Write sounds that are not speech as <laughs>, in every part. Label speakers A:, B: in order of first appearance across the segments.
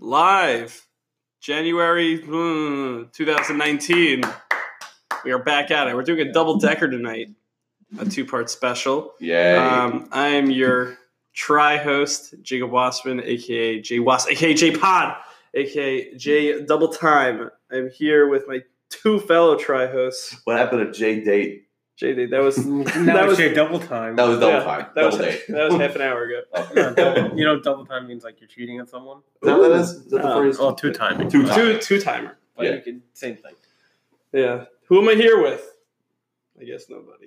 A: live January mm, 2019. We are back at it. We're doing a double decker tonight, a two part special.
B: Yay.
A: Um, I am your tri host, Jacob Wassman, aka J Was, aka J Pod, aka J Double Time. I'm here with my two fellow tri hosts.
B: what happened to J date?
A: JD, that was
C: now
A: that
C: it's
A: was
C: your double time.
B: That was double
A: Yeah,
B: time.
A: that was
B: Double
A: that
B: date.
A: <laughs> was half an hour ago.
C: No,
B: Okay.
C: double- <laughs> you know, double time means like you're cheating at someone.
B: Is that what that is? Is that the
A: Uh,
B: phrase?
C: Oh, two
B: <laughs>
C: timing.
B: Two time.
A: Two two timer.
C: But
B: Yeah.
C: you can same thing.
A: Yeah. Who am I here with? I guess nobody.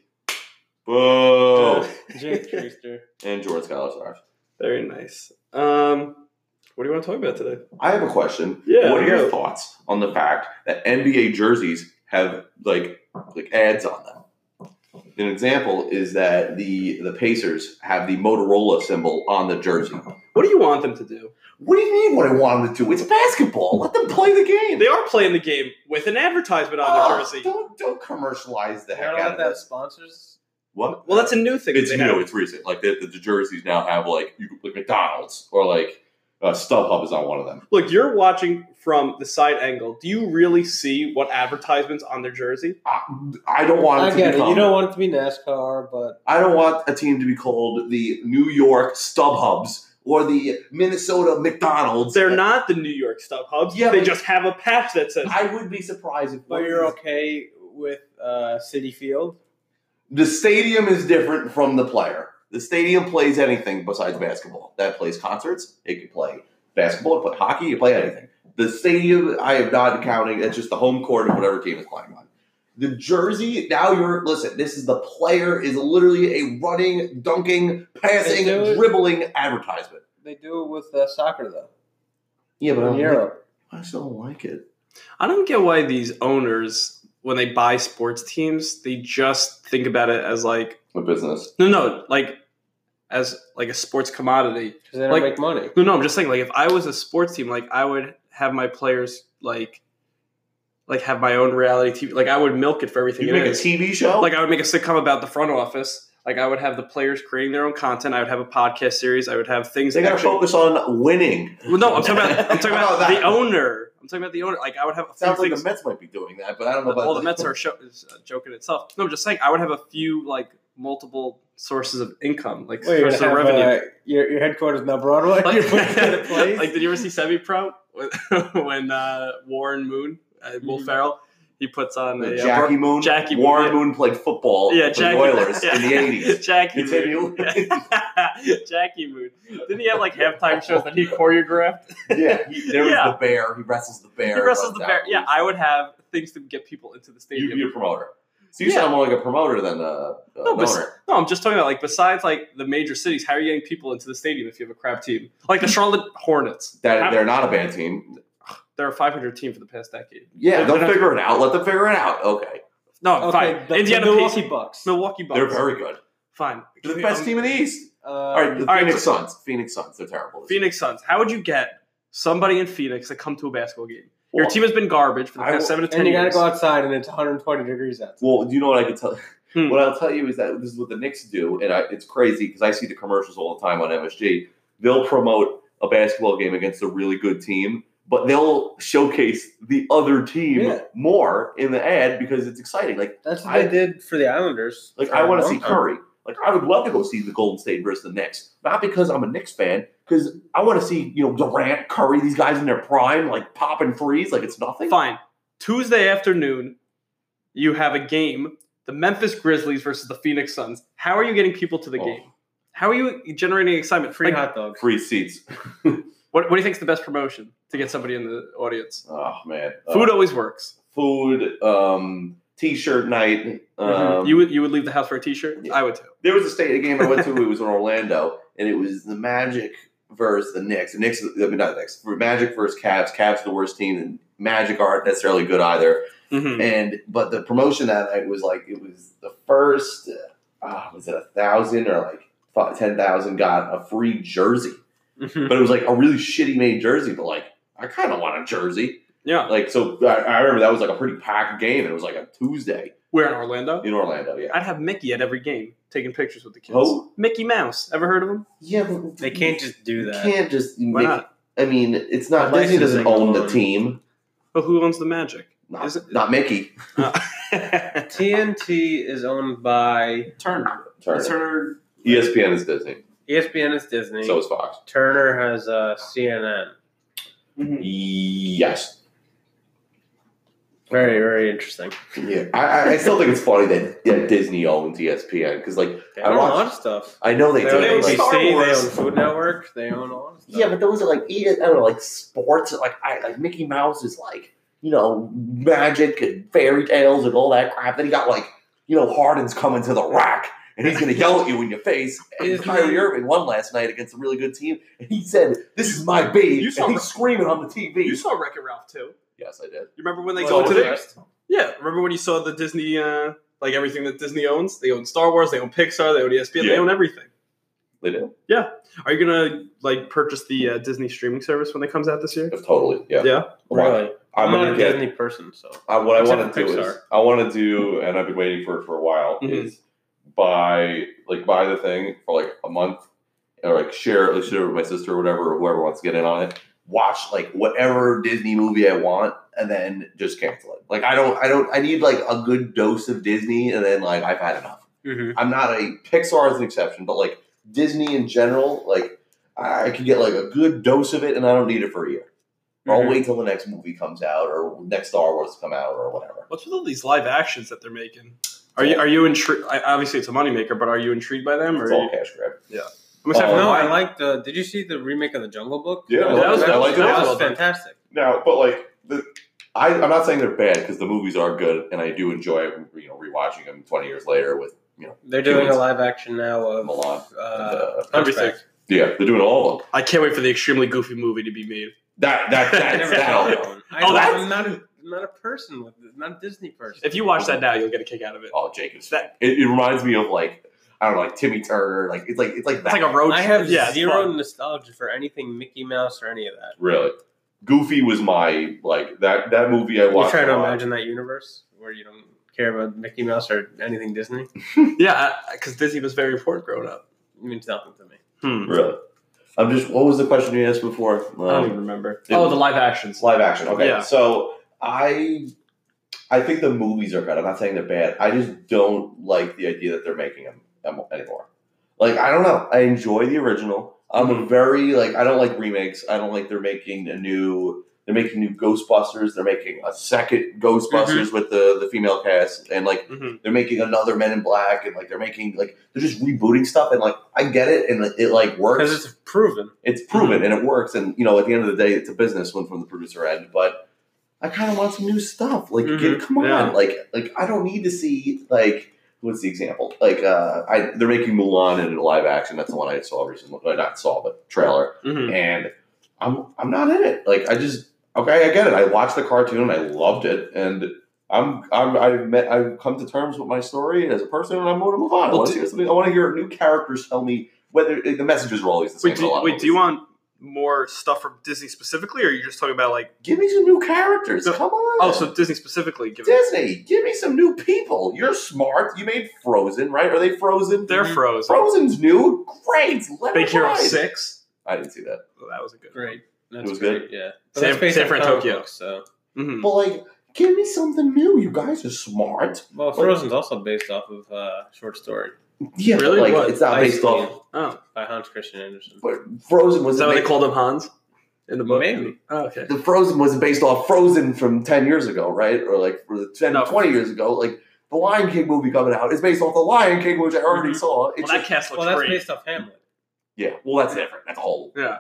B: Whoa.
C: Jake Schuster.
B: and Jordan Skylar Stars.
A: Very nice. Um, what do you want to talk about today?
B: I have a question.
A: Yeah,
B: What are
A: go.
B: your thoughts on the fact that NBA jerseys have like like ads on them? An example is that the the Pacers have the Motorola symbol on the jersey.
A: What do you want them to do?
B: What do you mean? What I want them to do? It's basketball. Let them play the game.
A: They are playing the game with an advertisement on
B: Oh,
A: their jersey.
B: Don't don't commercialize the
C: They're
B: heck out
C: not allowed
B: of
C: to have
B: this.
C: sponsors.
B: What?
A: Well, that's a new thing. that
B: it's
A: they
B: new.
A: have.
B: It's recent. Like the, the, the jerseys now have like you like McDonald's or like uh, StubHub is on one of them.
A: Look, you're watching from the side angle. Do you really see what advertisements on their jersey?
B: I, I don't want it to become.
C: want it to be NASCAR, but
B: I don't want a team to be called the New York StubHubs or the Minnesota McDonald's.
A: They're not the New York Stub Hubs.
B: Yeah,
A: they
B: but-
A: just have a patch that says.
B: I would be surprised if
C: but you're okay with uh, City Field.
B: the stadium is different from the player. The stadium plays anything besides basketball. That plays concerts. It can play basketball. It can play hockey. It can play anything. The stadium, I am not counting. It's just the home court of whatever team is playing on. The jersey. Now you're listen. This is the player is literally a running, dunking, passing,
C: They do it.
B: dribbling advertisement.
C: They do it with uh, soccer though
B: Yeah, but I
C: in
B: don't like,
C: Europe.
B: I just don't like it.
A: I don't get why these owners, when they buy sports teams, they just think about it as like
B: The business.
A: no, no, like as like a sports commodity.
C: 'Cause they don't
A: Like-
C: make money.
A: No, no, I'm just saying, like, if I was a sports team, like, I would have my players, like, like have my own reality TV. Like, I would milk it for everything
B: You
A: it
B: make a
A: is.
B: TV show.
A: like, I would make a sitcom about the front office. Like, I would have the players creating their own content. I would have a podcast series. I would have things.
B: they got to
A: actually-
B: focus on winning.
A: Well, no, I'm talking about. I'm talking
B: How
A: about,
B: <laughs> about
A: the
B: that?
A: owner. I'm talking about the owner. Like, I would have a few
B: Sounds like
A: things.
B: the Mets might be doing that, but I don't know about
A: well, the Mets are show, is a joke in itself. No, I'm just saying, I would have a few like multiple sources of income, like
C: Well, you're
A: sources
C: gonna
A: of
C: have,
A: revenue.
C: uh, your your headquarters now
B: <laughs>
C: Broadway. You're putting it in
A: <laughs> like,
C: place.
A: like, did you ever see Semi Pro <laughs> when uh, Warren Moon, uh, Will
C: Mhm.
A: Ferrell, he puts on a,
B: Uh,
A: uh,
B: Mm-hmm. Jackie Moon.
A: Jackie Moon,
B: Warren
A: yeah.
B: Moon played football
A: yeah,
B: for
A: Jackie,
B: the Oilers
A: yeah,
B: in the
A: <laughs>
B: eighties.
A: Jackie Moon.
B: Continue.
A: <laughs> Jackie Moon. Didn't he have
B: <laughs>
A: like halftime shows that he choreographed?
B: yeah, he, there was
A: Yeah.
B: the bear. He wrestles the bear.
A: he wrestles
B: runs
A: the bear.
B: out.
A: Yeah, I would have things to get people into the
B: you,
A: stadium.
B: you're a promoter. So you
A: Yeah.
B: sound more like a promoter than a, a
A: No, but-
B: owner.
A: no, I'm just talking about like besides like the major cities, how are you getting people into the stadium if you have a crap team? Like the Charlotte Hornets.
B: That they're not a bad team.
A: They're a 500 team for the past decade.
B: Yeah,
A: They're
B: they'll
A: not-
B: figure it out. Let them figure it out. Okay,
A: No,
C: okay,
A: fine.
C: the,
A: Indiana
C: the
A: Pacers.
C: Milwaukee Bucks.
A: Milwaukee Bucks.
B: they're very good.
A: fine.
B: They're the best
A: Um,
B: team in the East.
C: Uh,
B: All right, the
A: all right,
B: Phoenix
A: so-
B: Suns. Phoenix Suns. They're terrible.
A: Phoenix Suns. How would you get somebody in Phoenix to come to a basketball game? Your
B: Well,
A: team has been garbage for the
B: I
A: past
B: will-
A: seven to ten
C: and you gotta
A: years.
C: go outside, and it's 120 degrees outside.
B: Well, you know what I can tell. <laughs>
A: Hmm.
B: What I'll tell you is that this is what the Knicks do, and I, it's crazy because I see the commercials all the time on MSG. They'll promote a basketball game against a really good team, but they'll showcase the other team
C: Yeah.
B: more in the ad because it's exciting. Like,
C: That's what
B: I-
C: they did for the Islanders.
B: like
C: for
B: I
C: a
B: want to
C: long
B: see
C: time.
B: Curry. Like, I would love to go see the Golden State versus the Knicks, not because I'm a Knicks fan, because I want to see you know Durant, Curry, these guys in their prime, like popping threes, like it's nothing.
A: Fine. Tuesday afternoon, you have a game, the Memphis Grizzlies versus the Phoenix Suns. How are you getting people to the
B: Oh.
A: game? How are you generating excitement?
C: Free
A: Like,
C: hot dogs.
B: Free seats.
A: what, what do you think is the best promotion to get somebody in the audience?
B: Oh man,
A: Food always works.
B: food, um, t-shirt night. Um,
A: Mm-hmm. you would you would leave the house for a T-shirt.
B: Yeah.
A: I would too.
B: there was a state game I went to. it was in Orlando, and it was the Magic versus the Knicks. The Knicks, I mean, not the Knicks. Magic versus Cavs. Cavs are the worst team, and Magic aren't necessarily good either.
A: Mhm.
B: And but the promotion that night was like it was the first. Uh, was it a thousand or like fi- ten thousand got a free jersey? But it was like a really shitty made jersey. But like I kind of want a jersey.
A: Yeah,
B: Like so, I, I remember that was like a pretty packed game. It was like a Tuesday
A: we're in Orlando.
B: in Orlando. Yeah.
A: I'd have Mickey at every game taking pictures with the kids.
B: Who?
A: Mickey Mouse. Ever heard of him?
B: Yeah, but
C: <laughs> They can't just do that.
B: You can't just
A: Why
B: make-
A: not?
B: I mean, it's not
D: The
B: Disney doesn't
D: licensing
B: own the
D: alone.
B: team.
A: But who owns the Magic?
B: Not,
A: Is it-
B: not Mickey.
C: <laughs>
A: Uh,
C: TNT is owned by
D: Turner.
B: Sorry.
D: Turner.
B: ESPN is Disney.
C: ESPN is Disney.
B: So is Fox.
C: Turner has uh, CNN.
B: Yes.
C: Very very interesting.
B: Yeah. I- I, I still think it's funny that yeah, Disney owns E ESPN because like
C: They
B: I
C: own a
B: watched-
C: lot of stuff.
B: I know they,
C: They
B: do.
C: own
A: do.
B: like-
A: They
C: ABC.
A: Star
C: They
A: Wars.
C: own Food Network. They own a lot of stuff.
B: Yeah, but those are like E- I don't know, like sports. Like I like Mickey Mouse is like you know magic and fairy tales and all that crap. Then you got like you know Harden's coming to the rack and he's gonna yell at you in your face. And
C: Isn't-
B: Kyrie Irving won last night against a really good team, and he said, "This is my baby."
A: You saw
B: and he's
A: the-
B: screaming on the TV.
A: you saw Wreck It Ralph too. You
B: yes, I did.
A: remember when they go
B: Well, was
A: to
B: it?
A: the Yeah, remember when you saw the Disney, uh, like everything that Disney owns? They own Star Wars, they own Pixar, they own E ESPN,
B: Yeah.
A: they own everything.
B: They did.
A: Are you gonna like purchase the uh, Disney streaming service when it comes out this year?
B: Totally.
A: Yeah.
C: Really? I'm
B: gonna
C: not a
B: get-
C: Disney person, so
B: I, what I
C: Except
B: want to
C: for
B: do is
C: Pixar. Mm-hmm.
B: I want to do, and I've been waiting for it for a while.
A: Mhm.
B: Is buy like buy the thing for like a month, or like share it, like share it with my sister or whatever, or whoever wants to get in on it. Watch like whatever Disney movie I want, and then just cancel it. Like I don't, I don't, I need like a good dose of Disney, and then like I've had enough.
C: Mm-hmm.
B: I'm not a Pixar is an exception, but like Disney in general, like I could get like a good dose of it, and I don't need it for a year. I'll
C: Mhm.
B: wait till the next movie comes out or next Star Wars come out or whatever.
A: What's with all these live actions that they're making? Are you are you intrigued? Obviously, it's a moneymaker, but are you intrigued by them? Or
B: It's all cash grab.
A: I'm excited for
B: Oh,
C: no,
A: mine.
C: I like the. Did you see the remake of the Jungle Book?
B: Yeah,
A: I liked it. I liked it.
C: that
A: That
C: was
A: was
C: fantastic.
B: Now, but like the, I, I'm not saying they're bad because the movies are good, and I do enjoy you know rewatching them 20 years later with
C: They're doing a
B: Humans.
C: live action now of
B: Milan.
C: Uh,
B: Uh,
A: everything.
C: Hunchback.
B: yeah, they're doing all of them.
A: I can't wait for the extremely goofy movie to be made. <laughs>
B: That that
A: I
C: I
B: that's
C: never
B: that'll-
C: saw that one. I,
A: Oh, that's-
C: I'm not a I'm not a person with not a Disney person.
A: If you watch that now, you'll get a kick out of it.
B: Oh, Jacob's.
A: That-
B: it, it reminds me of like I don't know, like Timmy Turner. Like it's like it's like
A: It's
B: that.
A: like a road.
C: I have
A: yeah, it's
C: zero
A: fun.
C: nostalgia for anything Mickey Mouse or any of that.
B: really. Goofy was my like that that movie I
C: You
B: watched.
C: trying
B: a
C: to
B: lot.
C: imagine that universe where you don't care about Mickey Mouse or anything Disney?
A: Yeah, because Disney was very important growing up.
C: It means nothing to me.
A: Hmm.
B: Really? I'm just. What was the question you asked before?
A: I don't
B: Um,
A: even remember.
B: it-
A: oh, the live actions.
B: It's live action. Okay.
A: Yeah.
B: So I I think the movies are good. I'm not saying they're bad. I just don't like the idea that they're making them em- anymore. Like I don't know. I enjoy the original. I'm a very like I don't like remakes. I don't like they're making a new they're making new Ghostbusters. They're making a second Ghostbusters with the the female cast and like
A: Mhm.
B: they're making another Men in Black and like they're making like they're just rebooting stuff and like I get it and it like works
C: Because it's proven.
B: it's proven
A: Mm-hmm.
B: and it works. And you know, at the end of the day, it's a business one from the producer end. But I kind of want some new stuff. Like,
C: Mhm.
B: get, come on,
A: Mm-hmm. Yeah.
B: like, like I don't need to see like what's the example? Like, uh, I, they're making Mulan in live action. That's the one I saw recently. Well, not saw, but trailer.
A: Mhm.
B: And I'm I'm not in it. Like, I just okay, I get it. I watched the cartoon. I loved it, and. I'm, I'm I've met I've come to terms with my story as a person and I'm going to move on. I
A: Well,
B: want
A: do-
B: to hear something. I want to hear new characters tell me whether the messages were always the same.
A: Wait,
B: in a
A: do,
B: lot of
A: wait, do you
B: movies.
A: want more stuff from Disney specifically, or are you just talking about like?
B: Give me some new characters.
A: No.
B: Come on.
A: Oh, so Disney specifically. Give it,
B: Disney, give me some new people. You're smart. You made Frozen, right? Are they Frozen?
A: they're froze.
B: Frozen's new. Great. Let
A: Big
B: it
A: Hero
B: ride.
A: Six.
B: I didn't see that.
A: Oh, that was a good.
C: Great. That's
B: It was
C: great. Yeah. But
A: San-
C: that's based
A: San
C: on
A: Fran,
C: comic
A: Tokyo.
C: books, so.
A: Mhm.
B: But like, give me something new. You guys are smart.
C: Well, Frozen's also based off of uh, short story
B: Yeah, but,
A: Really?
B: like
A: What?
B: it's not
C: Ice
B: based off.
C: King
A: Oh,
C: by Hans Christian Andersen.
B: But Frozen
A: is
B: was
A: that what they
B: not
A: called them, Hans? In the book,
C: Maybe.
A: Oh, okay.
B: the Frozen wasn't based off Frozen from ten years ago, right? Or like for 10,
A: No.
B: 20 years ago. Like the Lion King movie coming out is based off the Lion King, which I already saw.
A: Mm-hmm. Well,
B: It's
A: that
B: just-
A: cast looks
C: Well, that's
A: great.
C: based off Hamlet. Mm-hmm.
B: yeah, well, that's different. That's a whole
A: yeah.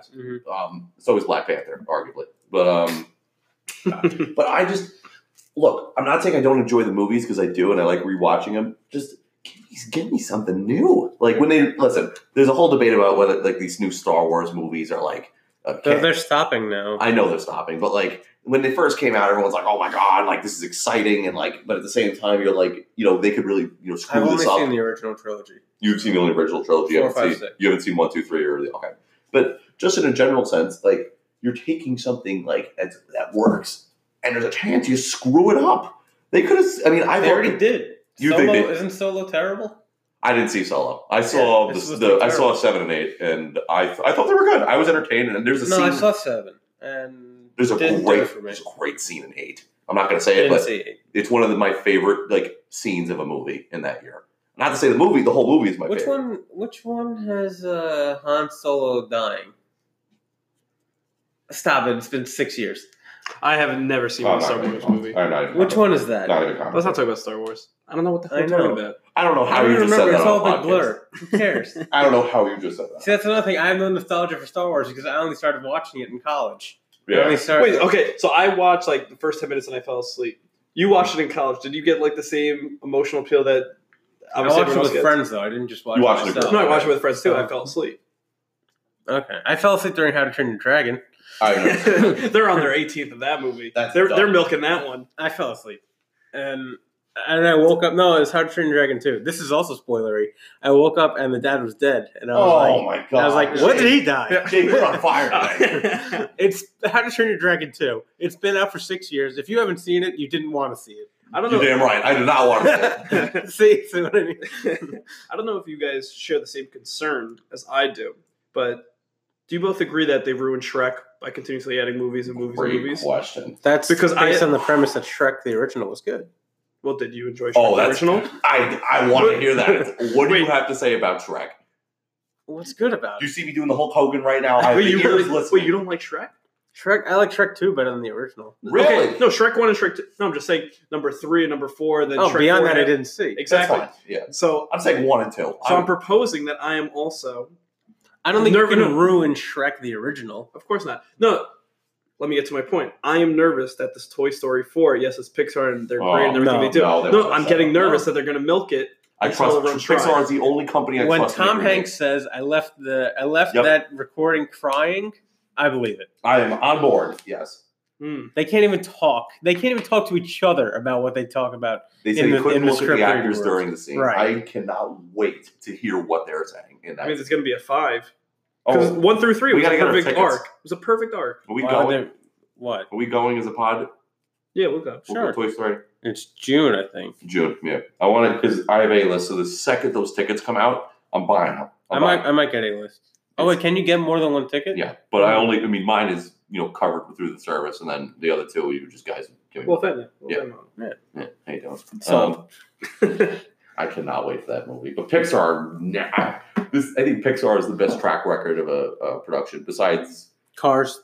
B: um, so is Black Panther, arguably. But um, <laughs> but I just look. I'm not saying I don't enjoy the movies because I do, and I like rewatching them. Just give me, give me something new. Like when they listen, there's a whole debate about whether like these new Star Wars movies are like.
C: They're,
B: Okay,
C: they're stopping now.
B: I know they're stopping, but like when they first came out, everyone's like, "Oh my god, like this is exciting!" And like, but at the same time, you're like, you know, they could really you know
C: I've
B: screw
C: only
B: this up.
C: seen the original trilogy.
B: You've seen the only original trilogy. You
C: Four,
B: haven't,
C: five,
B: seen,
C: six.
B: you haven't seen one, two, three, or the okay. But just in a general sense, like you're taking something like that's, that works, and there's a chance you screw it up. They could have. I mean, I've
C: They already did.
B: You
C: Solo
B: think they-
C: isn't Solo terrible?
B: I didn't see solo. I saw
C: Yeah, this
B: the,
C: was
B: the I saw
C: terrible.
B: seven and eight, and I th- I thought they were good. I was entertained, and there's a
C: No,
B: scene.
C: I saw seven, and
B: there's a
C: didn't do
B: great
C: it for me.
B: there's a great scene in eight. I'm not gonna
C: I
B: say it,
C: didn't
B: but
C: see it.
B: it's one of the, my favorite like scenes of a movie in that year. Not to say the movie, the whole movie is my
C: Which
B: favorite.
C: one? Which one has uh, Han Solo dying? Stop it! It's been six years.
A: I have never seen
B: Oh,
A: a
B: not
A: Star
B: even
A: Wars
B: comment.
A: movie.
B: I'm not even
C: Which
B: comment.
C: one is that?
B: Not even comment.
A: Let's not talk about Star Wars. I don't know what the hell
C: I
A: you're talking
C: know.
A: about.
B: I don't know
C: I
B: how
C: don't
B: you
C: even
B: just said
C: remember.
B: that
C: It's all
B: on
C: a
B: a
C: big
B: podcast.
C: blur.
B: <laughs>
C: Who cares? See,
B: I don't know how you just said that.
C: that's another thing. I have no nostalgia for Star Wars because I only started watching it in college. <laughs> I only
B: Yeah.
C: started.
A: Wait, okay. So I watched like the first ten minutes and I fell asleep. You watched it in college. Did you get like the same emotional appeal that
C: I
A: obviously
C: watched it
A: everyone else
C: with
A: gets?
C: friends though. I didn't just watch
B: You
C: it
B: watched it with
C: myself.
A: No, I watched it with friends too. I
C: Oh.
A: fell
B: <laughs>
A: asleep. <laughs>
C: Okay, I fell asleep during How to Train Your Dragon.
B: I
C: <laughs>
B: don't know.
A: they're on their 18th of that movie.
B: That's
A: they're they're
B: dumb.
A: milking that
B: <laughs>
A: one.
C: I fell asleep. And and I woke up. No, it was How to Train Your Dragon 2. This is also spoilery. I woke up and the dad was dead. And I was
B: Oh
C: like,
B: my god.
C: I was like, when did he die?
A: <laughs>
B: Jake, you're on
C: <laughs>
B: fire today.
A: Oh.
C: It's How to Train Your Dragon 2. It's been out for six years. If you haven't seen it, you didn't want to see
A: I don't
B: You're
A: know.
B: damn right. I did not want to.
C: <laughs> it. see, see what I mean?
A: <laughs> I don't know if you guys share the same concern as I do, but do you both agree that they've ruined Shrek by continuously adding movies and movies and
B: Great
A: movies?
B: question.
C: That's
A: Because
C: because
A: I-
C: based on the premise that Shrek the original was good.
A: Well, did you enjoy Shrek
B: Oh,
A: the
B: that's
A: original?
B: I I want to
C: <laughs>
B: hear that. What do you
A: Wait.
B: have to say about Shrek?
C: What's good about
B: Do
C: it?
B: you see me doing the Hulk Hogan right now? I have
A: Wait, you
B: ears
A: really,
B: listening.
A: wait, you don't like Shrek?
C: Shrek? I like Shrek 2 better than the original.
B: really?
A: Okay, no, Shrek one and Shrek two. No, I'm just saying number three and number four. And then
C: oh,
A: Shrek
C: beyond
A: four
C: that, I
A: had-
C: didn't see.
B: That's
A: exactly.
B: fine. Yeah.
A: So,
B: I'm saying one and two.
A: so I'm
B: I'm-
A: proposing that I am also
C: I don't think
A: Nerve-
C: you can
A: no.
C: ruin Shrek the original.
A: Of course not. No, let me get to my point. I am nervous that this Toy Story 4, yes, it's Pixar and they're
B: Oh,
A: great and everything
C: no,
A: they do.
B: no,
A: No,
B: they won't
A: I'm
B: say
A: getting
B: that.
A: nervous
C: No.
A: that they're going to milk it.
B: I trust
A: Tell them try.
B: Pixar is the only company I
C: when
B: trust. in
C: Tom
B: everything.
C: Hanks says, "I left the I left
B: Yep.
C: that recording crying," I believe it.
B: I am on board. Yes.
A: Hmm.
C: They can't even talk. They can't even talk to each other about what they talk about.
B: They
C: In
B: said
C: the-
B: he couldn't
C: in the
B: look at
C: script
B: the actors
C: words.
B: during the scene.
C: Right.
B: I cannot wait to hear what they're saying in
A: I
B: that.
A: mean, it's going to be a five. Because
B: oh,
A: one through three
B: We
A: was
B: gotta
A: a
B: get our
A: perfect
B: tickets.
A: arc. It was a perfect arc.
B: are we
C: Why
B: going?
C: would they- what?
B: Are we going as a pod?
A: Yeah, we'll go.
B: We'll go
C: Sure.
B: Toy Story.
C: It's June, I think.
B: June. Yeah. I want it because I have a list. So the second those tickets come out, I'm buying them.
C: I
B: I'm
C: might
B: buying
C: I might get a list. Oh wait, can you get more than one ticket?
B: them. Oh, Yeah, but I only. I mean, mine is you know covered through the service, and then the other two, you just guys give me.
A: Well, then. Well,
B: Yeah.
A: then,
B: yeah, how you doing?
C: So-
B: Um, <laughs> I cannot wait for that movie. But Pixar, nah. This I think Pixar is the best track record of a, a production. Besides,
C: Cars.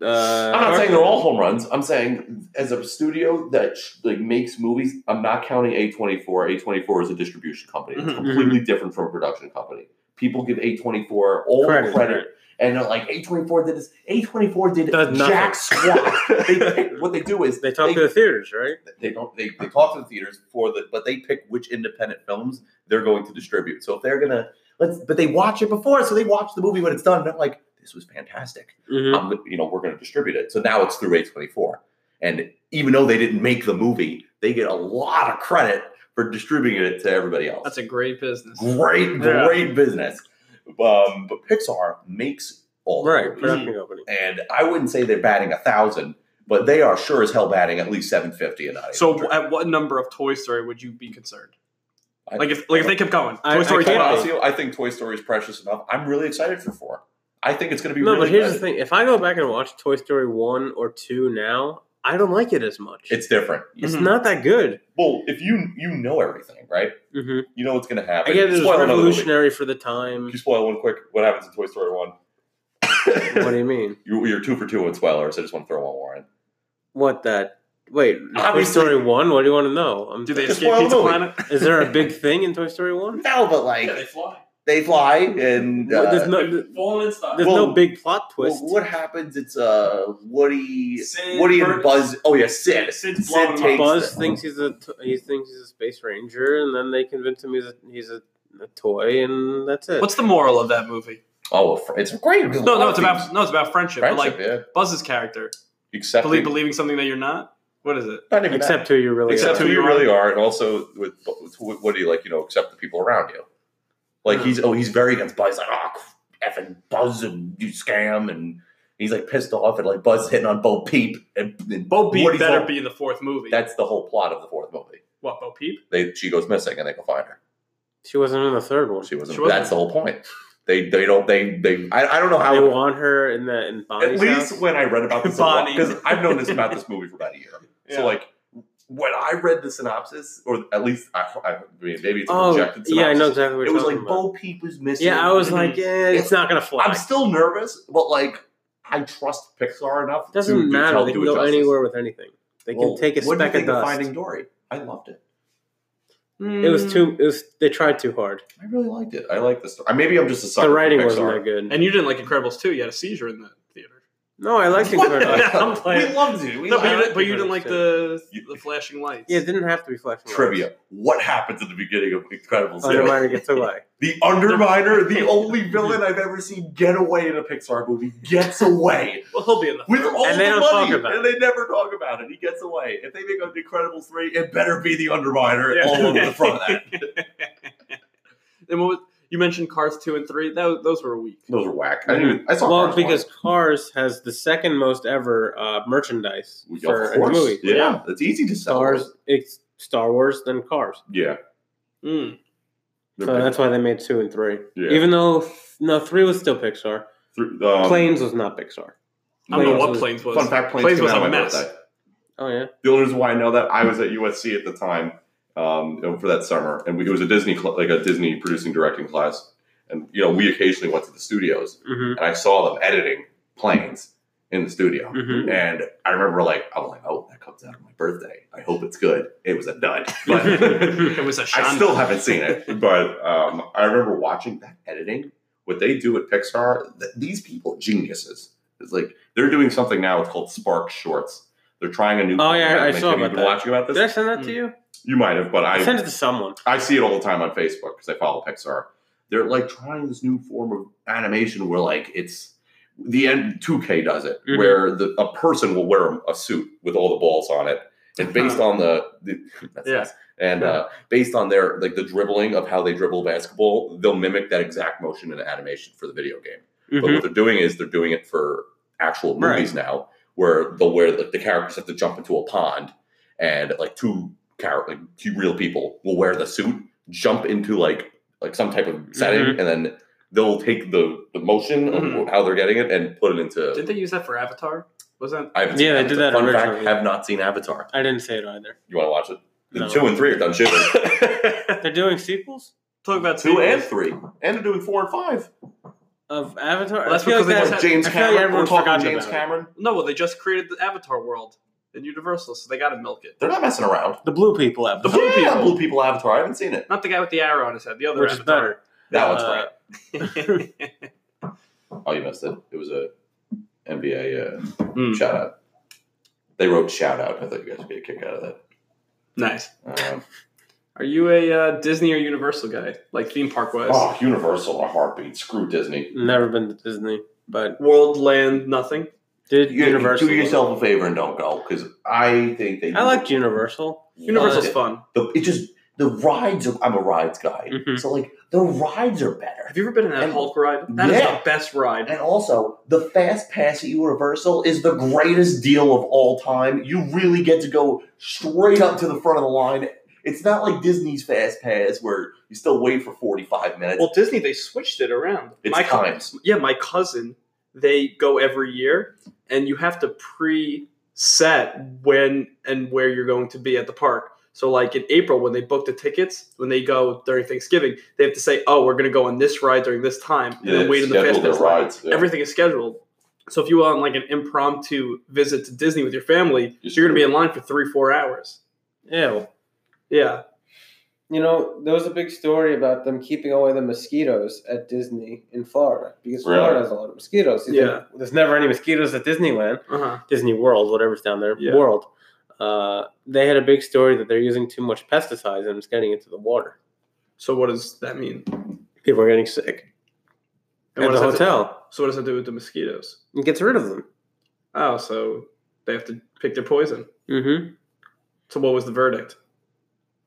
C: Uh,
B: I'm not saying they're all home runs. I'm saying as a studio that like makes movies, I'm not counting A24. A24 is a distribution company. It's
C: Mm-hmm,
A: Mhm,
B: completely different from a production company. People give A24 all
C: Credit,
B: the credit,
C: right.
B: and they're like, A24 did this. A24 did
C: Does nothing.
B: jack squat.
C: <laughs>
B: they, what they do is
C: They talk to the theaters, right?
B: they don't they, they talk to the theaters for the but they pick which independent films they're going to distribute. So if they're gonna let's but they watch it before, so they watch the movie when it's done, and they're like, this was fantastic. I'm
C: Hmm.
B: gonna- you know, we're gonna distribute it. So now it's through A24. And even though they didn't make the movie, they get a lot of credit for distributing it to everybody else.
A: That's a great business.
B: great,
A: Yeah.
B: great business. Um, but Pixar makes all the
C: Right,
B: movies.
A: Mm-hmm.
C: production company.
B: And I wouldn't say they're batting a thousand, but they are sure as hell batting at least seven fifty a night.
C: uh,
A: So, at what number of Toy Story would you be concerned?
B: I-
A: Like if like if they kept going,
C: I-
A: Toy Story
C: I
B: Quite
C: can't
A: two.
B: honestly, I think Toy Story is precious enough. I'm really excited for four. I think it's going to be
C: No,
B: really
C: but here's
B: good.
C: the thing: if I go back and watch Toy Story one or two now, I don't like it as much.
B: It's different.
C: it's
A: Mhm.
C: not that good.
B: Well, if you you know everything, right?
C: Mm-hmm.
B: You know what's going to
C: I
B: happen.
C: get it as
B: Spoil another movie.
C: revolutionary for the time.
B: <laughs> You spoil one quick. What happens in Toy Story <laughs> one?
C: what do you mean?
B: You- You're two for two on spoilers. I just want to throw one more in.
C: What that? Wait, Toy
B: Obviously-
C: Story One. What do you want to know? I'm-
A: Do they
B: Just
A: escape
B: spoil
A: Pizza
B: the movie.
A: Planet?
C: is there a
A: <laughs>
C: big thing in Toy Story One?
B: No, but like
A: fly.
B: they fly and uh,
C: there's no, there's
A: Falling in style.
B: Well,
C: no big plot
B: well,
C: twist.
B: what happens? It's uh Woody,
A: Sid
B: Woody and
A: Burns.
B: Buzz. Oh yeah, Sid.
A: Sid's
B: Sid
A: blowing 'em
B: takes-
A: up.
C: Buzz
B: that.
C: thinks he's a t- he thinks he's a space ranger, and then they convince him he's a he's a, a toy, and that's it.
A: What's the moral of that movie?
B: Oh, well, it's great. No,
A: No, no, it's about no, it's about friendship.
B: friendship.
A: but like
B: yeah,
A: Buzz's character,
B: except
A: believe, believing something that you're not. What is it?
B: not even that.
C: except who you really
B: accept
A: Except
C: are.
B: who
A: who
B: you
A: you
B: really are, and also with, with what do you like? You know, accept the people around you. Like
A: Hmm.
B: he's oh, he's very against Buzz. Like oh, effing Buzz and you scam, and he's like pissed off and like Buzz hitting on Bo Peep and, and
A: Bo Peep
B: Woody's
A: better
B: whole-
A: be in the fourth movie.
B: That's the whole plot of the fourth movie.
A: what Bo Peep?
B: They she goes missing and they go find her.
C: She wasn't in the third one.
B: She wasn't.
A: She wasn't.
B: That's the whole point. They they don't they they I, I don't know
C: They
B: how.
C: want her in the in
B: At
C: Bonnie's
B: least
C: house.
B: when I read about this
A: Bonnie.
B: because I've known this about this movie for about a year.
A: Yeah.
B: So like when I read the synopsis, or at least I, I mean maybe it's a
C: Oh,
B: projected synopsis.
C: yeah, I know exactly what
B: It
C: you're
B: was
C: talking
B: like
C: about.
B: Bo Peep was missing.
C: Yeah, I was
A: Mhm.
B: <laughs>
C: like, eh, it's not gonna fly.
B: I'm still nervous, but like I trust Pixar enough. to
C: Doesn't
B: do-
C: matter.
B: tell-
C: They
B: do
C: can
B: it
C: go
B: justice.
C: anywhere with anything. They
B: Well,
C: can take a
B: what do you
C: speck of
B: think
C: dust.
B: Finding Dory. I loved it.
A: Hmm.
C: It was too. It was. They tried too hard.
B: I really liked it. I like the story. Maybe I'm just a sucker.
C: The
B: for
C: writing
B: Pixar.
C: wasn't that good.
A: And you didn't like Incredibles 2. You had a seizure in the theater.
C: no, I liked
B: What <laughs>
C: Incredibles.
B: the hell?
C: I'm playing-
B: We loved it. We
A: No, but
B: loved
A: you,
B: it.
A: didn't, but you didn't like the
B: You-
A: the flashing lights.
C: Yeah, it didn't have to be Oh, flashing lights.
B: Trivia: What happens at the beginning of Incredibles? two?
C: Underminer
B: <laughs>
C: gets away.
B: The Underminer,
C: <laughs>
B: the only villain I've ever seen get away in a Pixar movie, gets away
A: well, he'll be in the
B: with
A: third
B: all
C: And they
B: the
C: don't
B: money,
C: talk about
B: and they never talk about it. He gets away. If they make an Incredibles three, it better be the Underminer
A: Yeah.
B: all over the front of that.
A: <laughs> And what was, you mentioned Cars two and three. That, those were weak.
B: <laughs> Those are whack. I, didn't, even- I saw
C: Well,
B: Cars
C: because Cars has the second most ever uh, merchandise
B: one.
C: for
B: of
C: a
B: course,
C: movie.
B: yeah, it's easy to sell.
C: Stars, it's Star Wars, then Cars.
B: yeah, Hmm.
A: Mm.
B: They're
C: so
B: big.
C: that's why they made two and three.
B: Yeah.
C: Uh, Even though no, three was still Pixar.
B: Through- um,
C: Planes was not Pixar.
A: I don't know
C: Planes
A: what
C: was-
A: planes was.
B: Fun fact: Planes,
A: Planes
B: came
A: was
B: out
A: a
B: on my
A: mess.
B: birthday.
C: Oh yeah,
B: The only reason why I know that I was at USC at the time um, for that summer, and we, it was a Disney cl- like a Disney producing directing class, and you know we occasionally went to the studios,
C: mm-hmm.
B: and I saw them editing planes in the studio,
C: Mhm.
B: <laughs> and I remember like I was like, oh, that comes out on my birthday. I hope it's good. It was a
C: <laughs>
B: dud, but
A: <laughs> it was a shot.
B: I still haven't seen it, but um, I remember watching that editing. What they do at Pixar, th- these people geniuses. It's like they're doing something now. It's called Spark Shorts. They're trying a new.
C: Oh, yeah,
B: format.
C: I
B: Like,
C: saw
B: have you
C: about
B: been
C: that.
B: Watching about
C: Did I
B: this,
C: send that to you?
B: you might have, but
C: I
B: Mm. I
C: sent it to someone.
B: I see it all the time on Facebook because I follow Pixar. They're like trying this new form of animation where like it's the end. Two K does it
C: Mhm.
B: where the a person will wear a suit with all the balls on it, and based on the, the <laughs> that's
A: Yeah.
B: nice. and uh, based on their like the dribbling of how they dribble basketball, they'll mimic that exact motion in animation for the video game. But
C: Mhm.
B: what they're doing is they're doing it for actual
C: Right.
B: movies now, where they'll wear like the characters have to jump into a pond, and like two char- like two real people will wear the suit, jump into like like some type of setting,
C: Mm-hmm.
B: and then they'll take the the motion
A: Mhm.
B: of how they're getting it and put it into.
A: Did they use that for Avatar? Was <laughs> that?
B: I haven't
C: Yeah, they did
B: Avatar.
C: that
B: Fun fact,
C: originally.
B: have not seen Avatar.
C: I didn't say it either.
B: You want to watch it? The
C: No.
B: two and three are done shooting.
C: They're doing sequels
A: Talk about
B: <laughs> two
A: sequels.
B: and three, and they're doing four and five.
C: of Avatar.
A: Well, that's
C: I feel
A: because they just
B: Like
C: like
A: had-
C: that's-
B: James
C: I feel like
B: Cameron, we're
C: everyone's
B: talking
C: forgotten
B: James
C: about it.
B: Cameron.
A: No, well, they just created the Avatar world in Universal, so they got to milk it.
B: They're not messing around.
C: the blue people Avatar,
B: The blue people, blue people Avatar. I haven't seen it.
A: Not the guy with the arrow on his head. The other
C: which is
A: Avatar.
C: better.
B: That one's
C: Uh,
B: right.
A: <laughs> better.
B: Oh, you missed it. It was a NBA uh,
C: Hmm.
A: Mm.
B: shout out. They wrote shout out. I thought you guys would get a kick out of
A: nice.
B: that.
C: <laughs>
B: Um,
A: Are you a uh, Disney or Universal guy? Like theme park wise?
B: oh, Universal, a heartbeat. Screw Disney.
C: Never been to Disney, but
A: World, land, nothing.
C: did
B: You-
C: Universal.
B: Do yourself a favor and don't go because I think they.
C: I liked Universal.
A: Universal's
B: Love
A: fun.
B: it. The, it just the rides. Are, I'm a rides guy,
C: Mhm.
B: so like the rides are better.
A: Have you ever been in that
B: And-
A: Hulk ride? That is
B: Yeah.
A: the best ride.
B: And also, the fast pass at Universal is the greatest deal of all time. You really get to go straight up to the front of the line. It's not like Disney's fast pass where you still wait for 45 minutes.
A: Well, Disney they switched it around.
B: it's
A: my co-
B: times.
A: yeah, my cousin they go every year, and you have to pre-set when and where you're going to be at the park. So, like in April, when they book the tickets, when they go during Thanksgiving, they have to say, "Oh, we're going to go on this ride during this time," and then wait in the fast pass line. Everything is scheduled. So, if you want like an impromptu visit to Disney with your family,
B: You're
A: you're going to be in line for three, four hours.
C: Ew.
A: Yeah.
C: You know, there was a big story about them keeping away the mosquitoes at Disney in Florida because
B: Really?
C: Florida has a lot of mosquitoes. You think,
A: Yeah.
C: there's never any mosquitoes at Disneyland,
A: Uh huh.
C: Disney World, whatever's down there,
A: Yeah.
C: World. Uh, they had a big story that they're using too much pesticides and it's getting into the water.
A: So what does that mean?
C: People are getting sick
A: And
C: at
A: what
C: the
A: does that do-
C: hotel.
A: so what does that do with the mosquitoes?
C: It gets rid of them.
A: Oh, so they have to pick their poison.
C: Mm-hmm.
A: So what was the verdict?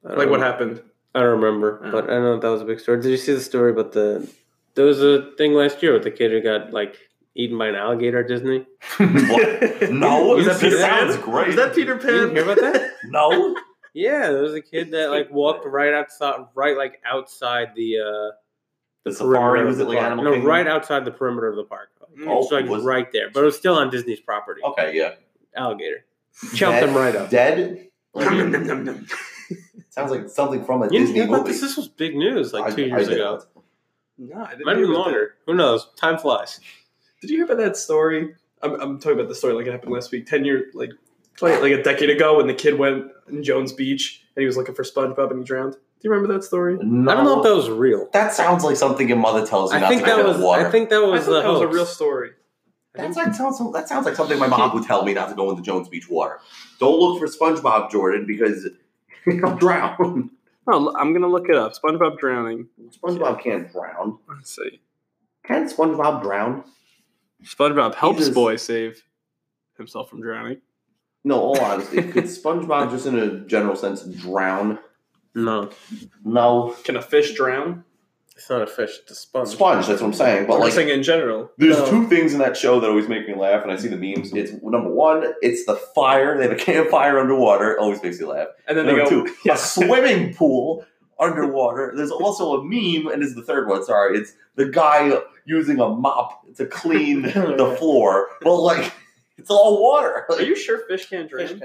A: Like what happened?
C: I don't remember,
A: Oh.
C: but I know that was a big story. Did you see the story about the? There was a thing last year with the kid who got like eaten by an alligator at Disney.
B: What? no,
A: Was that
B: this
A: Peter
B: sounds
A: Pan?
B: great.
A: Peter <laughs>
C: You didn't hear about that?
B: no,
C: Yeah, there was a kid that like walked right outside, right like outside the uh,
B: The
C: perimeter
B: safari
C: of
B: was
C: the
B: at like
C: park.
B: Animal
C: no,
B: Kingdom?
C: right outside the perimeter of the park.
A: Mm.
C: It
B: Oh,
C: was like
B: was- Oh.
C: right there, but it was still on Disney's property.
B: Okay, yeah.
C: Alligator chomped
B: Dead-
C: him right up.
B: <laughs> Dead?
A: Nom,
B: Like,
A: nom, nom, nom.
B: sounds like something from a
C: You didn't
B: Disney
C: hear about
B: movie.
C: this? This was big news like
B: I-
C: two
B: I
C: years
B: didn't.
C: ago.
A: No, I didn't
C: Might have
A: hear about
C: been
A: that.
C: longer. Who knows? Time flies.
A: Did you hear about that story? I'm, I'm talking about the story like it happened last week, ten years like like like a decade ago when the kid went in Jones Beach and he was looking for SpongeBob and he drowned. Do you remember that story?
B: No.
C: I don't know if that was real.
B: That sounds like something your mother tells you
C: I
B: not
C: think
B: to get
C: that
B: in
C: was.
B: the water.
C: I think that
A: I
C: was.
A: thought that was a
C: hoax.
A: real story.
B: That's like sounds, that sounds like something my mom would tell me not to go in the Jones Beach water. Don't look for SpongeBob, Jordan, because <laughs> he'll drown.
A: Oh, I'm gonna look it up. SpongeBob drowning.
B: SpongeBob can't drown.
A: Let's see.
B: Can SpongeBob drown?
A: SpongeBob helps
B: Jesus.
A: boy save himself from drowning.
B: No, all honesty, could SpongeBob just in a general sense drown?
C: No,
B: No,
A: Can a fish drown?
C: it's not a fish. It's a sponge.
B: sponge. That's what I'm saying. But
A: I'm
B: like,
A: saying in general.
B: there's
C: No.
B: two things in that show that always make me laugh, and I see the memes. It's number one, it's the fire. They have a campfire underwater. It always makes me laugh.
A: And then they
B: Number
A: go.
B: two, a swimming pool underwater. There's also a meme, and it's the third one. Sorry, it's the guy using a mop
A: <laughs>
B: to clean the floor. Well, like it's all water.
A: Are you sure fish can drown?
C: Fish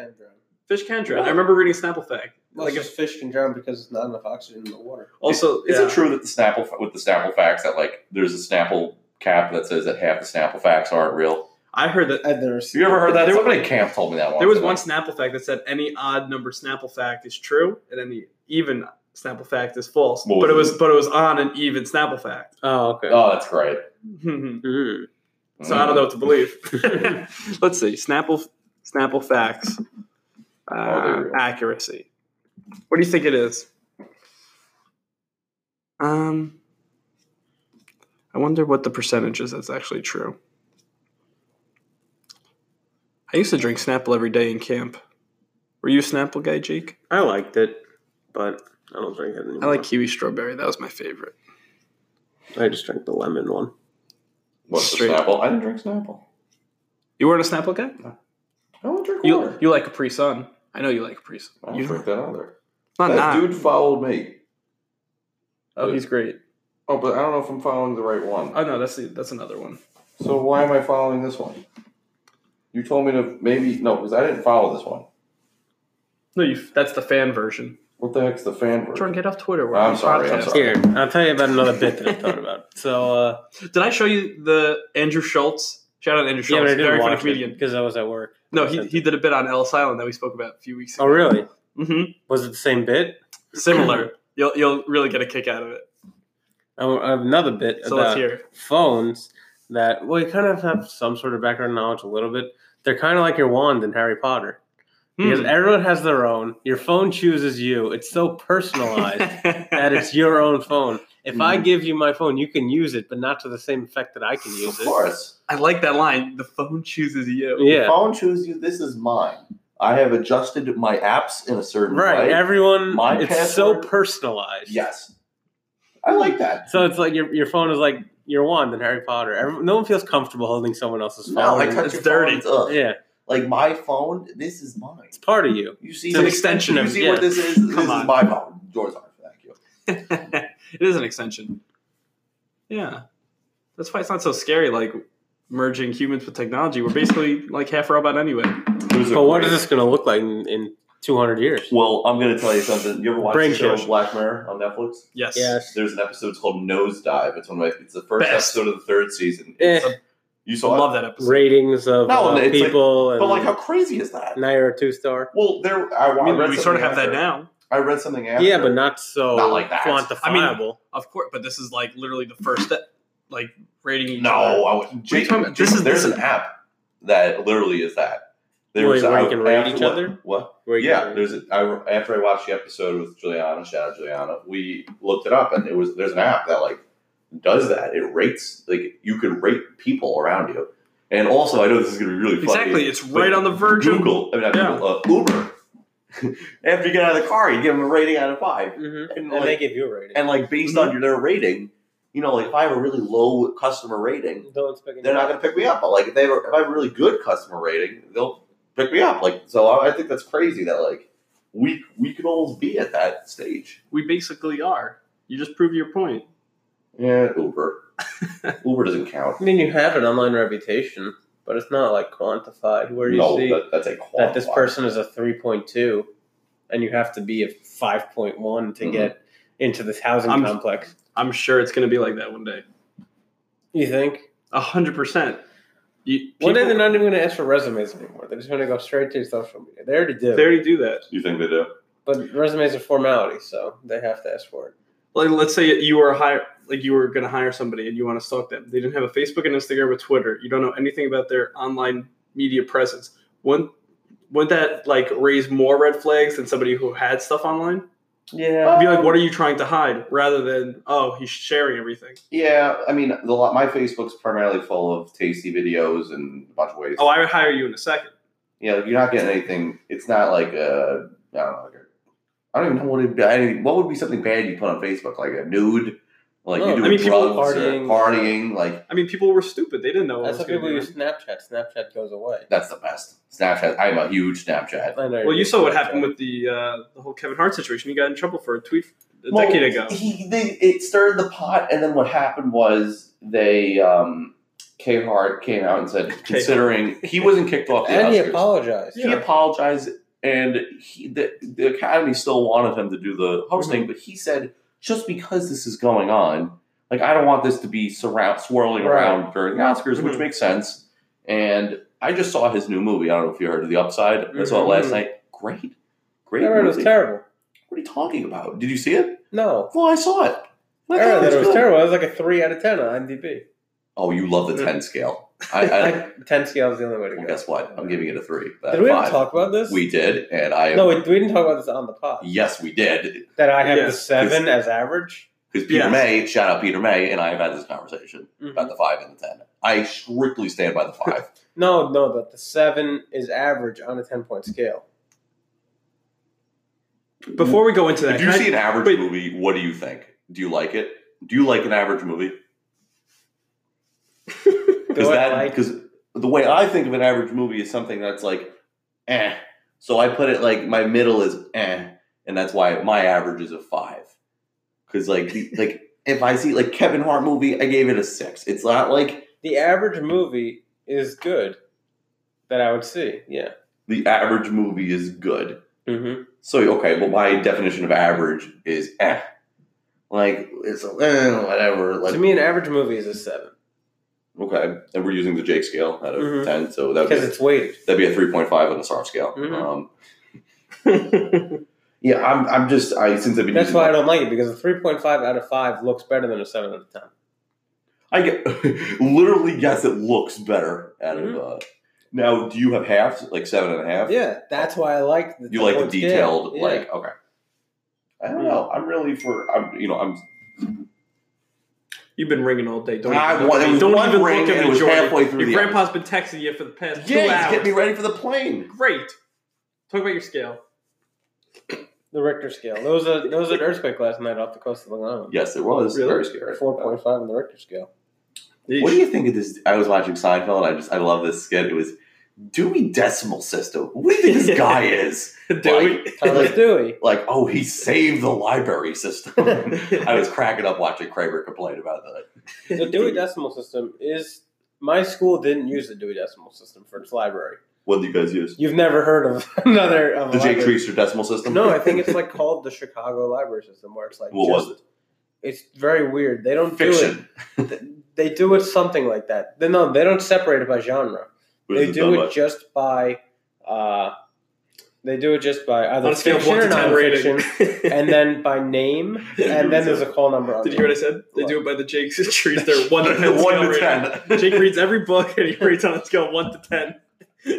A: Fish,
C: can drown.
A: can drown. I remember reading Snapple fact.
C: Like if fish can drown because there's not enough oxygen in the water.
A: Also,
B: Is
A: yeah.
B: it true that the Snapple with the Snapple facts that like there's a Snapple cap that says that half the Snapple facts aren't real?
A: I heard that
C: I've never
B: Have you ever heard that? Somebody at camp told me that one.
A: There was one Snapple fact that said any odd number Snapple fact is true, and any even Snapple fact is false.
B: What was
A: but it
B: it?
A: was but it was on an even Snapple Hmm, fact. <laughs>
C: Oh, okay.
B: Oh, that's great.
A: so
C: Mm.
A: I don't know what to believe. <laughs> Let's see Snapple Snapple facts Uh,
B: Oh, there we go.
A: accuracy. What do you think it is? Um, I wonder what the percentage is that's actually true. I used to drink Snapple every day in camp. Were you a Snapple guy, Jake?
C: I liked it, but I don't drink it anymore.
A: I like kiwi strawberry. That was my favorite.
C: I just drank the lemon one.
B: What's the
A: Straight.
B: Snapple? I didn't drink Snapple.
A: You weren't a Snapple guy?
B: I don't drink
A: You
B: water.
A: you like Capri Sun? I know you like Capri Sun.
B: I don't
A: You
B: drink
A: don't-
B: that either.
A: not
B: That
A: not.
B: dude followed me.
A: oh, he's great.
B: Oh, but I don't know if I'm following the right one.
A: Oh no, that's the, that's another one.
B: So why am I following this one? You told me to maybe no, because I didn't follow this one.
A: No, you. That's the fan version.
B: What the heck's the fan
A: Jordan,
B: version?
A: get off Twitter. We're
B: I'm
A: on
B: sorry, I'm
A: podcast.
B: sorry.
C: Here, I'll tell you about another bit that I thought about. So, uh,
A: Did I show you the Andrew Schultz? Shout out Andrew
C: yeah,
A: Schultz,
C: but I didn't
A: very funny
C: watch
A: comedian.
C: it because I was at work.
A: No, he, he did a bit on Ellis Island that we spoke about a few weeks
C: Oh,
A: ago.
C: really?
A: Mm-hmm.
C: Was it the same bit? <clears throat>
A: Similar. You'll you'll really get a kick out of it.
C: Oh, I have another bit
A: So let's
C: about
A: hear. it.
C: phones that well, you kind of have some sort of background knowledge a little bit. They're kind of like your wand in Harry Potter
A: Hmm.
C: because everyone has their own. Your phone chooses you. It's so
A: <laughs>
C: personalized. that it's your own phone. If I give you my phone, you can use it, but not to the same effect that I can use
B: Mm-hmm. Of
C: it.
B: course,
A: I like that line. The phone chooses you.
B: The
C: Yeah.
B: phone chooses you. This is mine. I have adjusted my apps in a certain
C: Right.
B: way.
C: Everyone
B: My
C: it's so
B: password?
C: personalized.
B: yes, I like that.
C: So it's like your your phone is like your wand in Harry Potter. Every, no one feels comfortable holding someone else's phone.
B: No, I touch
A: it's
B: your
A: dirty.
B: Phone, it's ugh.
C: yeah.
B: Like my phone, this is mine.
C: It's part of you.
B: You see,
A: It's an
B: this-
A: extension
B: You
A: of-
B: see
C: yeah.
B: what this is? This
A: Come
B: is
A: on.
B: my phone. Yours aren't. Thank you.
A: <laughs> it is an extension. Yeah. That's why it's not so scary, like merging humans with technology. We're basically like half robot anyway.
C: But what is this going to look like in, in 200 years?
B: Well, I'm going to tell you something. You ever watch
C: Brain
B: the show
C: shock.
B: Black Mirror on Netflix?
A: Yes.
B: There's an episode called Nosedive. It's one of my, it's the first
A: Best.
B: episode of the third season.
C: Eh,
B: You
A: I
B: saw
A: love
B: it,
A: that episode.
C: ratings of
B: No,
C: uh,
B: it's like-
C: people
B: but like
C: and
B: how crazy is that?
C: nine or two star.
B: Well, there I,
A: I mean,
B: read
A: we sort of
B: something
A: have that
B: after-
A: now.
B: I read something after.
C: Yeah, but not so
B: Not like that.
C: quantifiable.
A: I mean, of course, but this is like literally the first step, like rating. each
B: no,
A: other.
B: I would, Jake,
A: talking about- this is-
B: there's
A: this
B: an app that literally is that.
C: Wait, where you
B: I-
C: can rate
B: after
C: each
B: what-
C: other?
B: What?
C: Where you
B: yeah,
C: can-
B: there's a, I, after I watched the episode with Juliana, shout out Juliana, we looked it up and it was there's an app that like does that. It rates like you can rate people around you. And also, I know this is going to be really funny.
A: exactly. It's right
B: but
A: on the verge of
B: Google, I mean, not
A: Yeah.
B: Google, uh, Uber. <laughs> after you get out of the car, you give them a rating out of five, and
C: Mhm. And they
B: like,
C: give you a rating.
B: and like based on your, their rating, you know, like if I have a really low customer rating,
C: Don't expect
B: they're not going to pick me up. But like if they have, a- if I have a really good customer rating, they'll pick me up. Like so, I, I think that's crazy that like we we could almost be at that stage.
A: We basically are. You just prove your point.
B: Yeah, Uber. Uber doesn't count.
C: I mean, you have an online reputation, but it's not like quantified where you
B: no,
C: see
B: that, that's a qualifier.
C: that this person is a 3.2 and you have to be a 5.1 to
A: Mm-hmm.
B: Mhm.
C: get into this housing
A: I'm-
C: complex.
A: I'm sure it's going to be like that one day.
C: You think?
A: A hundred percent. You-
C: One day
A: people-
C: they're not even going to ask for resumes anymore. They're just going to go straight to social media. They already do.
A: They already do that.
B: You think they do?
C: but resumes are formality, so they have to ask for it.
A: Like, let's say you were hire, like you were going to hire somebody and you want to stalk them. They didn't have a Facebook and Instagram or Twitter. You don't know anything about their online media presence. Wouldn't wouldn't that like raise more red flags than somebody who had stuff online?
C: Yeah.
A: Be like, what are you trying to hide? Rather than, oh, he's sharing everything.
B: Yeah, I mean, the, lot- my Facebook's primarily full of tasty videos and a bunch of ways.
A: Oh, I would hire you in a second.
B: Yeah, like, you're not getting anything. It's not like a. I don't know. Like a, I don't even know what it. I mean, what would be something bad you put on Facebook? Like a nude. Like
C: No,
B: you do
A: I mean, people
B: drugs partying,
C: partying.
B: partying. Like
A: I mean, people were stupid. They didn't know what
C: That's
A: was
C: what
A: going to
C: people
A: be.
C: use Snapchat. Snapchat goes away.
B: that's the best. Snapchat. I'm a huge Snapchat.
C: I know
A: Well, you saw what
C: Snapchat.
A: happened with the uh, the whole Kevin Hart situation. He got in trouble for a tweet a
B: Well,
A: decade ago.
B: He, they, it stirred the pot, and then what happened was they. um K Hart came out and said, considering he wasn't kicked off the
C: And he
B: Oscars.
C: apologized.
B: he apologized and he, the, the academy still wanted him to do the hosting
C: Mm-hmm.
B: but he said just because this is going on like i don't want this to be surround swirling
C: Right. Mm-hmm.
B: around during the oscars which
A: Mhm.
B: makes sense and i just saw his new movie i don't know if you heard of the upside i saw it last
C: Mm-hmm.
A: Mhm.
B: night great great
C: Everyone was
B: movie.
C: terrible.
B: what are you talking about did you see it
C: No.
B: well i saw it My
C: I
B: God,
C: heard that
B: it's
C: it was
B: good.
C: terrible. It was like a 3 out of 10 on IMDb.
B: oh you love
C: Mm-hmm.
B: the
A: Yeah.
B: 10 scale i,
C: <laughs>
B: I
C: Like, 10 scale is the only way to
B: well,
C: go.
B: guess what i'm giving it a three out
C: Did
B: of
C: we
B: five.
C: ever talk about this?
B: we did and i
C: No, we, we didn't talk about this on the pod.
B: yes we did
C: That I have the
A: Yes,
C: seven as average.
B: Because Peter
A: Yes.
B: May, shout out Peter May, and I have had this conversation
C: Mm-hmm.
B: about the five and the ten. I strictly stand by the five.
C: No, no, that the seven is average on a ten point scale.
A: <laughs> Before we go into that,
B: if you
A: can I-
B: see an average
A: wait.
B: movie, what do you think? Do you like it? Do you like an average movie? Because
C: Do I
B: that
C: like-
B: because the way I think of an average movie is something that's like, eh. So I put it like my middle is eh, and that's why my average is a five. Because like the, like if I see like Kevin Hart movie, I gave it a six. It's not like
C: The average movie is good that I would see. Yeah.
B: the average movie is good.
C: Mm-hmm.
B: So okay, but my definition of average is eh. Like it's eh, whatever. Like
C: to me, an average movie is a seven
B: okay, and we're using the Jake scale out of
C: Mhm.
B: ten, so that'd be,
C: because it's weighted.
B: that'd be a three point five on the SARF scale.
C: Mhm.
B: Um, yeah, I'm I'm just I since I've been
C: That's
B: using
C: why I don't like it because a three point five out of five looks better than a seven out of ten.
B: I get <laughs> literally yes, it looks better out of. Uh, now, do you have halves like seven and a half?
C: Mm-hmm. Yeah, that's why I like the.
B: you like the
C: 10-point scale.
B: detailed
C: Yeah. Mm-hmm.
B: like okay. I don't know. I'm really for I'm you know I'm
A: <laughs> You've been ringing all day. Don't
B: I
A: even,
B: want-
A: look at
B: it
A: me.
B: was
A: Don't
B: one
A: even
B: ring
A: look
B: and
A: at
B: it
A: me,
B: was
A: Jordan.
B: halfway through
A: Your
B: the
A: grandpa's been texting you for the past two
B: yeah
A: hours.
B: get me ready for the plane.
A: Great. Talk about your scale.
C: the Richter scale. There was a there
B: <laughs>
C: was an earthquake last night off the coast of Long Island.
B: Yes, it was
A: Really?
B: very scary.
C: Four point five on the Richter <laughs> scale.
B: What do you think of this? I was watching Seinfeld. And I just I love this skit. It was Dewey Decimal System. What do you
C: <laughs>
B: think this guy is?
A: <laughs> Dewey?
B: <laughs>
C: Thomas Dewey.
B: Like, oh, he saved the library system.
C: <laughs>
B: <laughs> I was cracking up watching Kramer complain about that.
C: The Dewey Decimal System is my school didn't use the Dewey Decimal System for its library.
B: What do you guys use?
C: You've never heard of <laughs> another of
B: The
C: a
B: Jake
C: library-
B: Treaster Decimal System?
C: Uh, No, I think it's like called the Chicago Library System, where it's like
B: What
C: just,
B: was it?
C: It's very weird. They don't
B: Fiction.
C: do it. They do it something like that. They, no, they don't separate it by genre.
B: What
C: they
B: is
C: do it
B: done by?
C: just by. Uh, they do it just by either
A: On a scale of one
C: fiction
A: to
C: or
A: ten rating.
C: nonfiction,
B: <laughs>
C: and then by name, and then there's a call number. On
A: Did you
C: there.
A: hear what I said? They do it by the Jake's <laughs> trees. They're one
B: <laughs>
A: to ten.
B: one
A: scale
B: to
A: rating.
C: <laughs>
B: ten.
A: Jake reads every book and he rates on a scale of one to ten.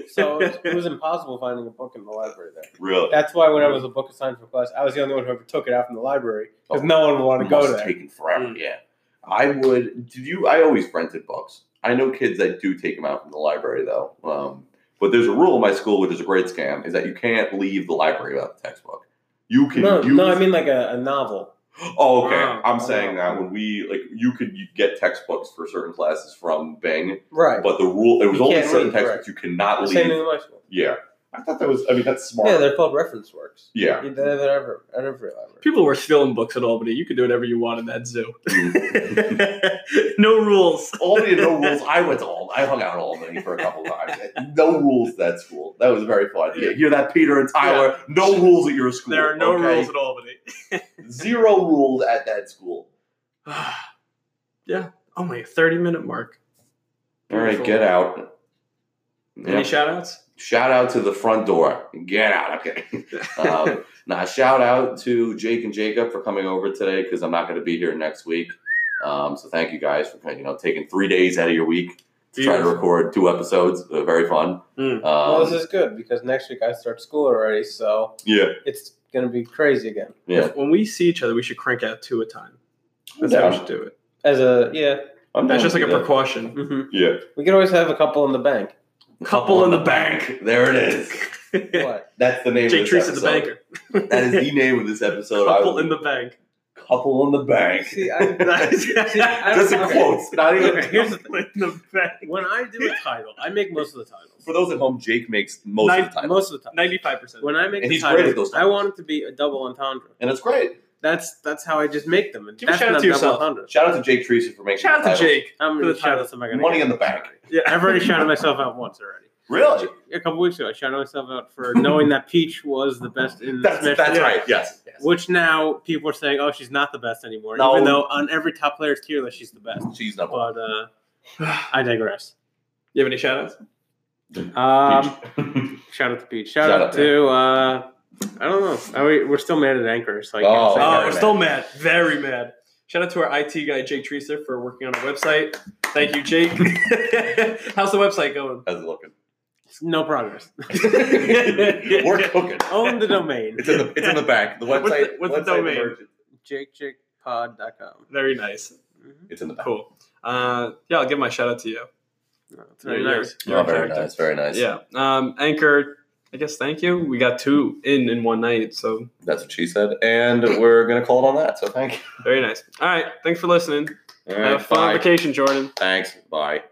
C: So it was, it was impossible finding a book in the library there.
B: Really?
C: That's why when I was a book assigned for class, I was the only one who ever took it out from the library because no one would want to go
B: must
C: there.
B: taken forever.
A: Mm.
B: Yeah, I would. Did you? I always rented books. I know kids that do take them out from the library though. Um, but there's a rule in my school, which is a great scam, is that you can't leave the library without the textbook. You can
C: No,
B: use.
C: no, I mean like a, a novel.
B: <gasps> oh, okay.
A: Wow.
B: I'm saying that when we like, you could get textbooks for certain classes from Bing,
C: Right.
B: but the rule it was
C: You
B: only
C: can't
B: certain
C: leave,
B: textbooks you cannot
C: Same thing
B: leave.
C: in my school.
B: Yeah, I thought that was. I mean, that's smart.
C: Yeah, they're called reference works.
B: yeah.
C: You- They're, they're ever, they're ever elaborate.
A: People were stealing books at Albany. You could do whatever you want in that zoo. <laughs> no rules.
B: Albany, no rules. I went to Albany. I hung out in Albany for a couple times. No rules at that school. That was very fun. You hear that, Peter and Tyler? No rules at your school.
A: There are no
B: okay?
A: rules at Albany. <sighs>
B: Zero rules at that school.
A: yeah. Oh my, thirty minute mark.
B: All right, get out.
A: Any
B: Yep.
A: shout outs?
B: Shout out to the front door. Get out. Okay.
A: <laughs>
B: Um, now, shout out to Jake and Jacob for coming over today because I'm not going to be here next week. Um, so thank you guys for you know taking three days out of your week to try to record two episodes. Uh, very fun.
A: Mm.
B: Um,
C: well, this is good because next week I start school already, so
B: yeah,
C: it's gonna be crazy again.
B: yeah.
A: When we see each other, we should crank out two a time. That's how we should do it.
C: As a yeah,
B: I'm
A: That's
B: down
A: just
B: to
A: like a
B: do that.
A: precaution.
C: mm-hmm.
B: Yeah.
C: we could always have a couple in the bank.
A: Couple in the bank.
B: There it is.
C: What?
B: That's the name
A: <laughs> Jake
B: of
A: Treese
B: this
A: is the
B: episode.
A: banker.
B: That is the name of this episode. I
A: Couple
B: will-
A: in the bank. <laughs>
B: couple in the bank.
C: See, I, I
B: <laughs> Just in
C: don't-
B: quotes. Not even.
C: Okay, here's the
A: Couple in the bank.
C: when I do a title, I make most of the titles.
B: For those at home, Jake makes most of the time.
C: Most of the time.
A: Ninety-five percent.
C: When I make
B: And
C: the
B: he's great at
C: titles,
B: those
C: I want it to be a double entendre.
B: and it's great.
C: That's that's how I just make them. And
A: Give a
C: that's
A: shout out
C: not
A: to
C: double
A: yourself.
C: entendre.
B: Shout out to Jake Treese for making
A: Shout out
B: the
A: to <sighs>
B: title.
A: Jake.
C: How
A: For
C: many
A: the title.
C: shout-outs am I gonna
B: Money
C: get?
B: in the bank.
A: Yeah.
C: I've already shouted myself out once already.
B: Really?
C: A couple weeks ago, I shouted myself out for knowing that Peach was the best in
B: That's,
C: Smash.
B: that's
C: Bros.
B: right. Yes. yes.
C: Which now people are saying, "Oh, she's not the best anymore,"
B: No.
C: even though on every top player's tier list, she's the best.
B: She's number one.
C: But uh, I digress.
A: You have any shout outs?
C: Um, shout out to Peach. Shout,
B: Shout
C: out,
B: out
C: to uh, I don't know. Are we, we're still mad at anchor, so I can't
B: Oh,
C: say
A: Oh,
B: very
A: we're
B: mad.
A: still mad. Very mad. Shout out to our IT guy, Jake Treaser, for working on our website. Thank you, Jake. <laughs> How's the website going?
B: <laughs> How's
A: <laughs>
B: it looking?
C: no progress.
B: We're cooking.
C: Own the domain.
B: It's in the it's in the bank. The
A: What's
B: website.
A: the- what's the
B: website
A: domain?
B: version-
C: JakeJakePod.com.
A: Very nice.
B: It's in the back.
A: Cool. Uh, yeah, I'll give my shout out to you.
C: No, it's very
A: You're-
C: nice.
A: you're
B: Oh, very
A: effective.
B: nice. Very nice.
A: Yeah. Um, Anchor, I guess thank you. We got two in in one night, so
B: That's what she said. And we're gonna call it on that. So thank you.
A: very nice. All right. Thanks for listening.
B: All
A: Have a fun
B: bye.
A: vacation, Jordan.
B: Thanks. Bye.